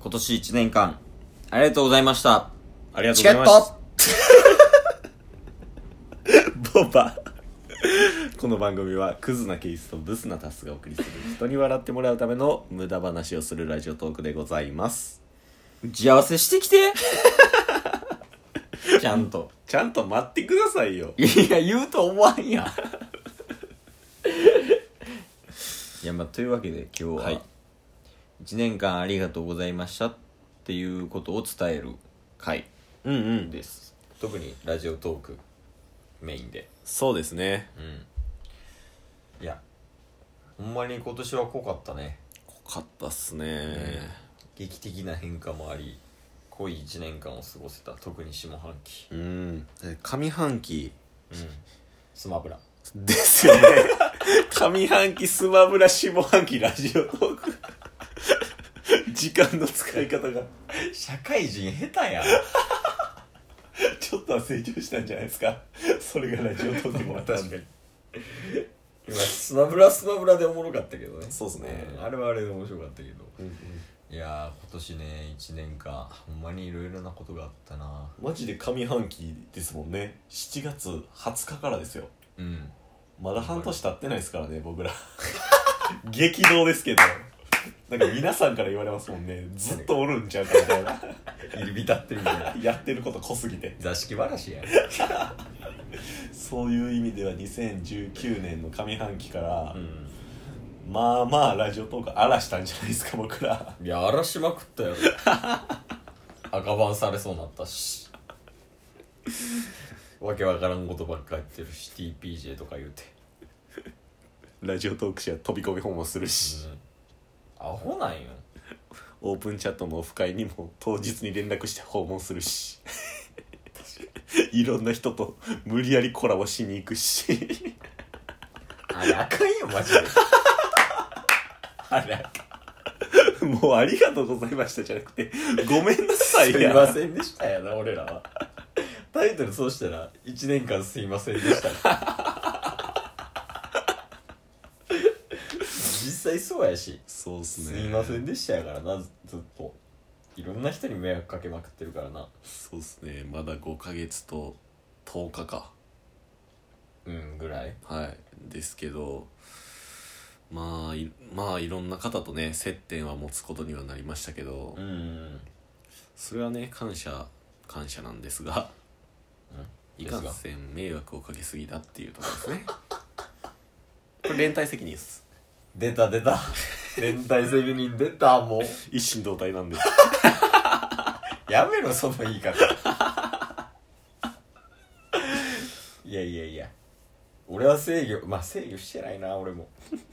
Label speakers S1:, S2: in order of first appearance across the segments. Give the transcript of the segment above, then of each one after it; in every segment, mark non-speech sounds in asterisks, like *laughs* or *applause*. S1: 今年1年間、ありがとうございました。
S2: ありがとう
S1: チ
S2: ご
S1: ケ
S2: ざい
S1: ッ
S2: ま
S1: ト
S2: す。ボバ。この番組はクズなケースとブスなタスがお送りする人に笑ってもらうための無駄話をするラジオトークでございます。
S1: 打ち合わせしてきて *laughs* ちゃんと。
S2: ちゃんと待ってくださいよ。
S1: いや、言うと思わんやん。 *laughs* いや、まあ、というわけで今日は、
S2: はい
S1: 1年間ありがとうございましたっていうことを伝える回
S2: うんうん。
S1: です。特にラジオトークメインで。
S2: そうですね。
S1: いや、ほんまに今年は濃かったね。
S2: 濃かったっすね。
S1: 劇的な変化もあり濃い1年間を過ごせた特に下半期
S2: うん。上半期
S1: スマブラ
S2: です *laughs* よね。上半期スマブラ下半期ラジオトーク。時間の使い方が
S1: 社会人下手や
S2: *laughs* ちょっとは成長したんじゃないですかそれがラジオトークもあったんで
S1: 今スマブラスマブラでおもろかったけどね
S2: そうっすね
S1: んあれはあれで面白かったけど、いやー今年ね1年間ほんまにいろいろなことがあったな
S2: マジで上半期ですもんね7月20日からですよ
S1: うん
S2: まだ半年経ってないですからね *laughs* 僕ら激動ですけどなんか皆さんから言われますもんねずっとおるんちゃうかみたいな
S1: 入り浸ってるみたいな
S2: やってること濃すぎて
S1: 座敷話や
S2: そういう意味では2019年の上半期から、
S1: ん
S2: まあまあラジオトーク荒らしたんじゃないですか僕ら
S1: いや荒らしまくった *laughs* よ赤番されそうになったしわけわからんことばっか言ってるし TPJ とか言うて、
S2: ラジオトーク誌は飛び込み本もするし、
S1: アホなんよ
S2: オープンチャットのオフ会にも当日に連絡して訪問するしいろんな人と無理やりコラボしに行くし
S1: あれあかんよマジであれあか
S2: もうありがとうございましたじゃなくてごめんなさ
S1: ん
S2: い
S1: す
S2: や
S1: いませんでしたやな俺らはタイトルそうしたら1年間すいませんで *laughs* した実際そうやし
S2: そうっす
S1: す
S2: ね
S1: いませんでしたやからなずずっといろんな人に迷惑かけまくってるからな
S2: そうっすねまだ5ヶ月と10日か
S1: うんぐらい
S2: はいですけどまあいまあいろんな方とね接点は持つことにはなりましたけど、
S1: ん
S2: それはね感謝感謝なんですがいかん
S1: です
S2: せん迷惑をかけすぎだっていうところです *laughs* ねこれ連帯責任です
S1: 出た出 *laughs* た連帯責任出たもう
S2: 一心同体なんで
S1: やめろその言い方いやいやいや俺は制御まあ制御してないな俺も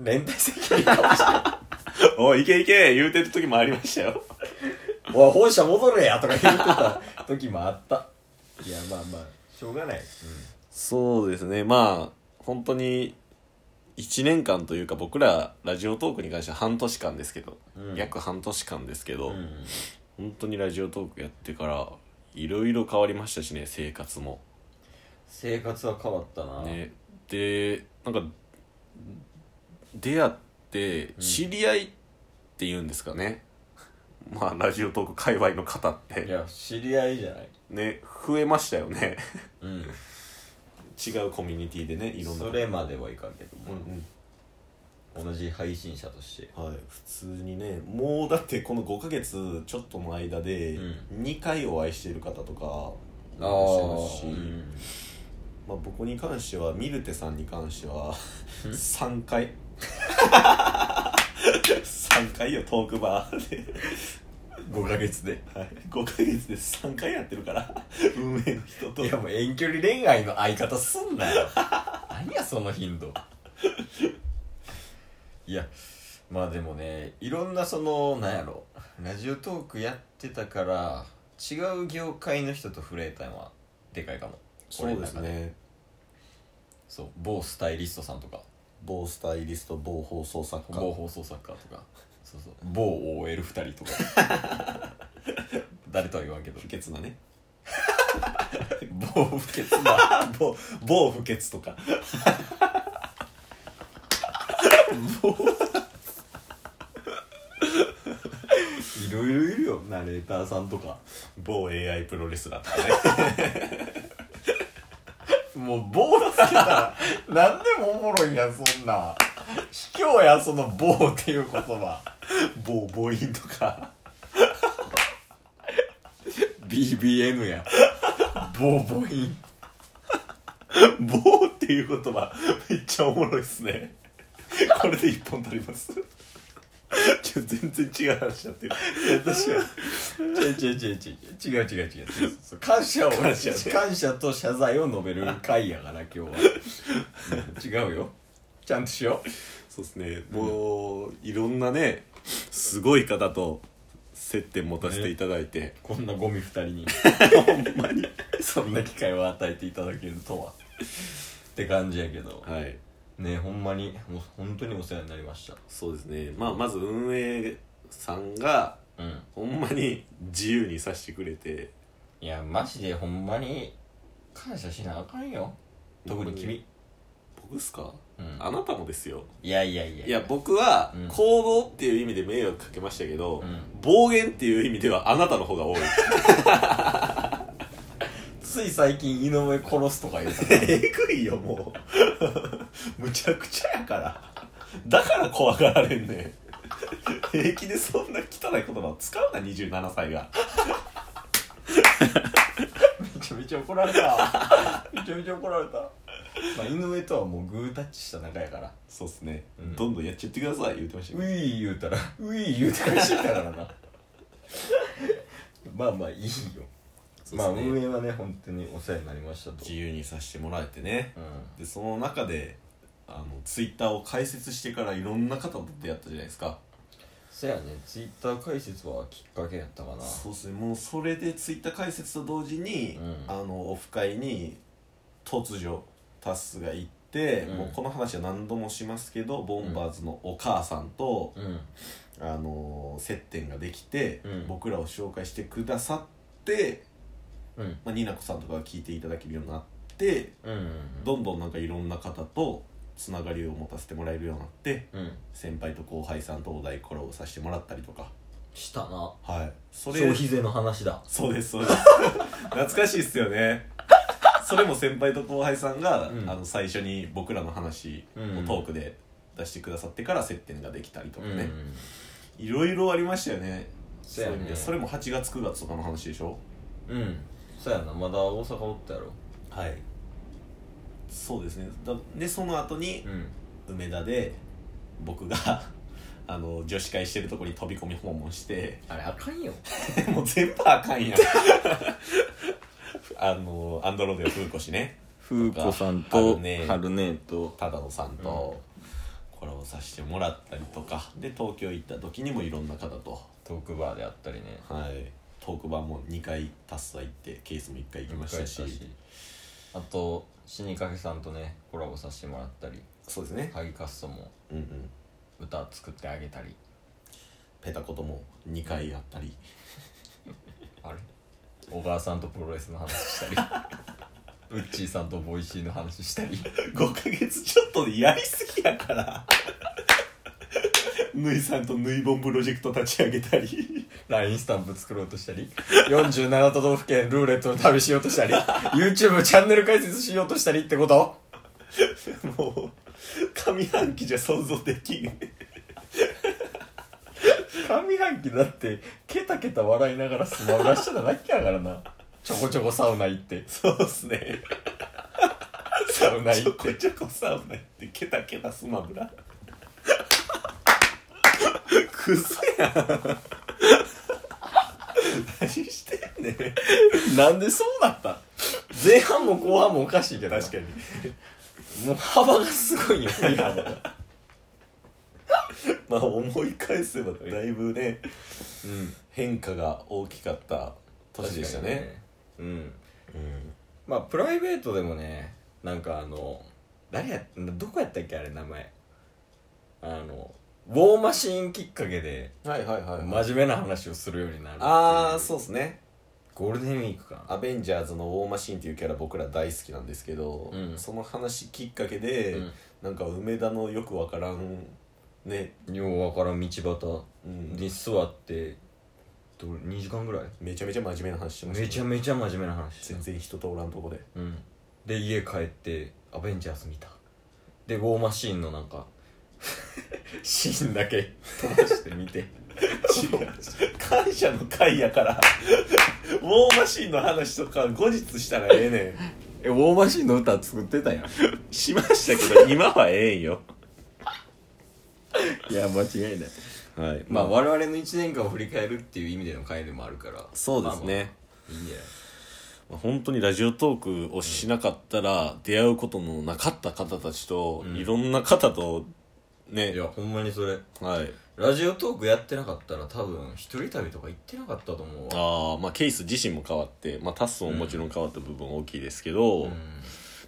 S1: 連帯責任かもし
S2: *laughs* おいいけいけ言うてる時もありましたよ
S1: れんおい本社戻れやとか言ってた時もあったいやまあまあしょうがない、
S2: そうですねまあ本当に1年間というか僕らラジオトークに関しては半年間ですけど、
S1: うん
S2: 約半年間ですけど、
S1: うん
S2: 本当にラジオトークやってからいろいろ変わりましたしね生活も
S1: 生活は変わったな、
S2: ね、でなんか出会って知り合いっていうんですかね、 *laughs* まあラジオトーク界隈の方っ
S1: い
S2: て
S1: や知り合いじゃない
S2: ね増えましたよね
S1: うん
S2: *laughs* 違うコミュニティでねいろんな
S1: それまではいかんけど
S2: う
S1: も、
S2: ん
S1: 同じ配信者として
S2: うんはい普通にねもうだってこの5ヶ月ちょっとの間で
S1: う
S2: 2回お会いしてる方とかいらっしゃ
S1: う
S2: るし、
S1: ん
S2: まあ、僕に関してはミルテさんに関しては3回3回よトークバーで、
S1: 5ヶ月で
S2: はい、5ヶ月で3回やってるから運営の人と
S1: いやもう遠距離恋愛の相方すんな *laughs* よ何やその頻度いやまあでもねいろんなそのなんやろラジオトークやってたから違う業界の人と触れたのはでかいかも
S2: そうです
S1: 俺の中
S2: ね
S1: そう某スタイリストさんとか
S2: 某スタイリスト某放送作
S1: 某
S2: 家
S1: 放送作家とかそうそう某 OL2 人とか誰とは言わんけど
S2: 不潔なね *laughs*
S1: 某不潔な
S2: 某某不潔とか某
S1: いろいろいるよナレーターさんとか
S2: 某 AI プロレスラーとかね
S1: もう棒つけたら何でもおもろいやんそんな卑怯やその棒っていう言葉
S2: 某母音とか
S1: BBN や棒棒イン
S2: 某っていう言葉めっちゃおもろいっすねこれで一本取りますちょ全然違う話になってる
S1: いや確かに違う違う違う違う違う違う違う違うそう *laughs* 感謝を
S2: 感謝ね
S1: 感謝と謝罪を述べる回やから今 *laughs* 日は、うん違うよちゃんとしよう
S2: そうですねもう、いろんなねすごい方と接点持たせていただいて、
S1: こんなゴミ二人 *laughs* に
S2: ほんまに
S1: そんな機会を与えていただけるとはって感じやけど
S2: はい
S1: ねほんまにもう本当にお世話になりました
S2: そうですねまあまず運営さんが
S1: うん
S2: ほんまに自由にさせてくれて
S1: いやマジでほんまに感謝しなあかんよ特に君、
S2: 僕っすか
S1: うん、
S2: あなたもですよ
S1: いやいやいや
S2: いや僕は
S1: うん
S2: 行動っていう意味で迷惑かけましたけど、
S1: うん
S2: 暴言っていう意味ではあなたの方が多い
S1: つい最近井上殺すとか言うたから
S2: えぐいよもうむちゃくちゃやからだから怖がられんねん平気でそんな汚い言葉を使うな27歳が
S1: *laughs* めちゃめちゃ怒られた *laughs* めちゃめちゃ怒られた、まあ、井上とはもうグータッチした仲やから
S2: そうっすね、
S1: うん
S2: どんどんやっちゃってください言うてましたけ
S1: ウ
S2: ど
S1: ィー言うたらウィー言うて返してきたからな *laughs* まあまあいいよ、
S2: そうっ
S1: まあ
S2: すね
S1: 運営はね本当にお世話になりましたと
S2: 自由にさせてもらえてね
S1: う
S2: でその中であのツイッターを開設してからいろんな方と出会ったじゃないですか
S1: そやねツイッター解説はきっかけやったかな
S2: そうですねもうそれでツイッター開設と同時に、
S1: うん
S2: あのオフ会に突如タスが行って、
S1: うん
S2: もうこの話は何度もしますけどボンバーズのお母さんと、
S1: うん
S2: あの接点ができて、
S1: うん
S2: 僕らを紹介してくださって、
S1: うん
S2: まあ、になこさんとかが聞いていただけるようになって
S1: うん
S2: どんどんなんかいろんな方とつながりを持たせてもらえるようになって。
S1: うん
S2: 先輩と後輩さんとお題コラボさせてもらったりとか
S1: したな
S2: はいそれ
S1: 消費税の話だ
S2: そうですそうです懐かしいっすよねそれも先輩と後輩さんが、
S1: うん
S2: あの最初に僕らの話を
S1: うん
S2: トークで出してくださってから接点ができたりとか
S1: う
S2: ね、
S1: ん
S2: いろいろありましたよね
S1: そうやね
S2: ういう意味でそれも8月9月とかの話でしょ
S1: うんそやなまだ大阪おったやろ
S2: はいそうですねだでその後に
S1: うん
S2: 梅田で僕が *laughs* あの女子会してるとこに飛び込み訪問して *laughs*
S1: あれあかんよ
S2: もう全部あ
S1: *laughs*
S2: かんやんあのアンドロデオ風子氏ね
S1: 風
S2: 子さんと春
S1: 姉と
S2: 忠野さんとコラボさせてもらったりとかで東京行った時にもいろんな方と、
S1: トークバーであったりね
S2: はい、トーク版も2回タスは行ってケースも1回行きましたし
S1: 迎えあと死にかけさんとねコラボさせてもらったり
S2: そうですね、
S1: ハギカッソも
S2: うんうん、
S1: 歌作ってあげたり
S2: ペタコとも2回やった *laughs* り
S1: あれ小川さんとプロレスの話した *laughs* りウッチーさんとボイシーの話したり
S2: 5ヶ月ちょっとでやりすぎやから *laughs* ぬいさんとぬいぼんプロジェクト立ち上げたり
S1: LINE スタンプ作ろうとしたり47都道府県ルーレットの旅しようとしたり YouTube チャンネル解説しようとしたりってこと
S2: もう上半期じゃ想像できん
S1: 上半期だってケタケタ笑いながらスマブラしてただけやからなちょこちょこサウナ行って
S2: そうっすね。
S1: サウナ
S2: ち
S1: 行
S2: ょ
S1: っ
S2: こちょこサウナ行って、ケタケタス
S1: *laughs*
S2: マブラ。クソやん。何してんねん。
S1: てなんでそうなった前半も後半もおかしいけどな
S2: 確かに。
S1: もう幅がすごいよ振り幅が
S2: まあ思い返せばだいぶね、
S1: うん
S2: 変化が大きかった年でしたね。
S1: うん
S2: うん。
S1: まあプライベートでもねなんかあの誰やどこやったっけあれ名前あのウォーマシーンきっかけで
S2: はいはいはい、
S1: 真面目な話をするようになる
S2: ああ、
S1: う
S2: そうっすね。
S1: ゴールデンウィークかな
S2: アベンジャーズのウォーマシーンっていうキャラ僕ら大好きなんですけど、
S1: うん
S2: その話きっかけで、
S1: うん
S2: なんか梅田のよくわからんね、
S1: ようわからん道端
S2: うん
S1: に座ってどれ2時間ぐらい
S2: めちゃめちゃ真面目な話してましたね
S1: めちゃめちゃ真面目な話して
S2: 全然人とおらんとこで
S1: うんで家帰ってアベンジャーズ見たでウォーマシーンのなんか *laughs* シーンだけ飛ばして見て
S2: 違う *laughs* 感謝の会やからウォーマシーンの話とか後日したらええね
S1: えウォーマシーンの歌作ってたやん
S2: んしましたけど今はええんよ
S1: いや間違いない
S2: はい
S1: まあ我々の1年間を振り返るっていう意味での回でもあるから
S2: そうですね、
S1: まあまあいいんじゃない
S2: まあ本当にラジオトークをしなかったら出会うことのなかった方たちと、
S1: うん
S2: いろんな方とね
S1: いやほんまにそれ
S2: はい
S1: ラジオトークやってなかったら多分一人旅とか行ってなかったと思うわ
S2: あーまあケース自身も変わって、まあ、タッスももちろん変わった部分大きいですけど、
S1: う
S2: ま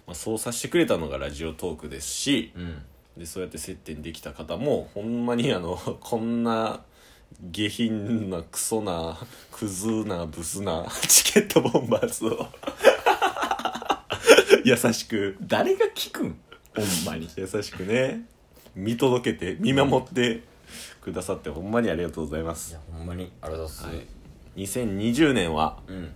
S2: あ、そうさせてくれたのがラジオトークですし
S1: んうん
S2: でそうやって接点できた方もほんまにあの *laughs* こんな下品なクソなクズなブスなチケットボンバーズを *laughs* 優しく
S1: 誰が聞くんほんまに
S2: 優しくね見届けて見守ってくださってほんまにありがとうございま
S1: い
S2: す
S1: やほんまにありがとうございます、
S2: 2020年は、
S1: うん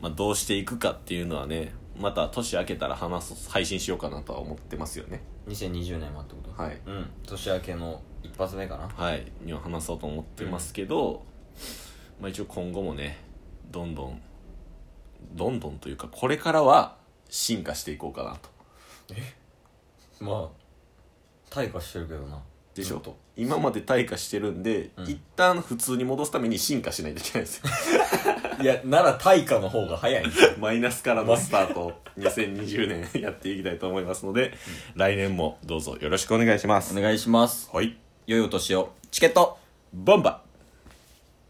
S2: まあ、どうしていくかっていうのはねまた年明けたら話す配信しようかなとは思ってますよね
S1: 2020年はってこと
S2: はい
S1: うん年明けの一発目かな
S2: はいには話そうと思ってますけど、まあ一応今後もねどんどんどんどんというかこれからは進化していこうかなと
S1: まあ退化してるけどな
S2: でし
S1: ず
S2: ょ
S1: っと
S2: 今まで退化してるんで、
S1: うん
S2: 一旦普通に戻すために進化しないといけないですよ
S1: いやなら退化の方が早い
S2: *laughs* マイナスからのスタートを2020年や *laughs* っていきたいと思いますので、来年もどうぞよろしくお願いします、
S1: お願いします
S2: はい
S1: 良いお年をチケット
S2: ボンバー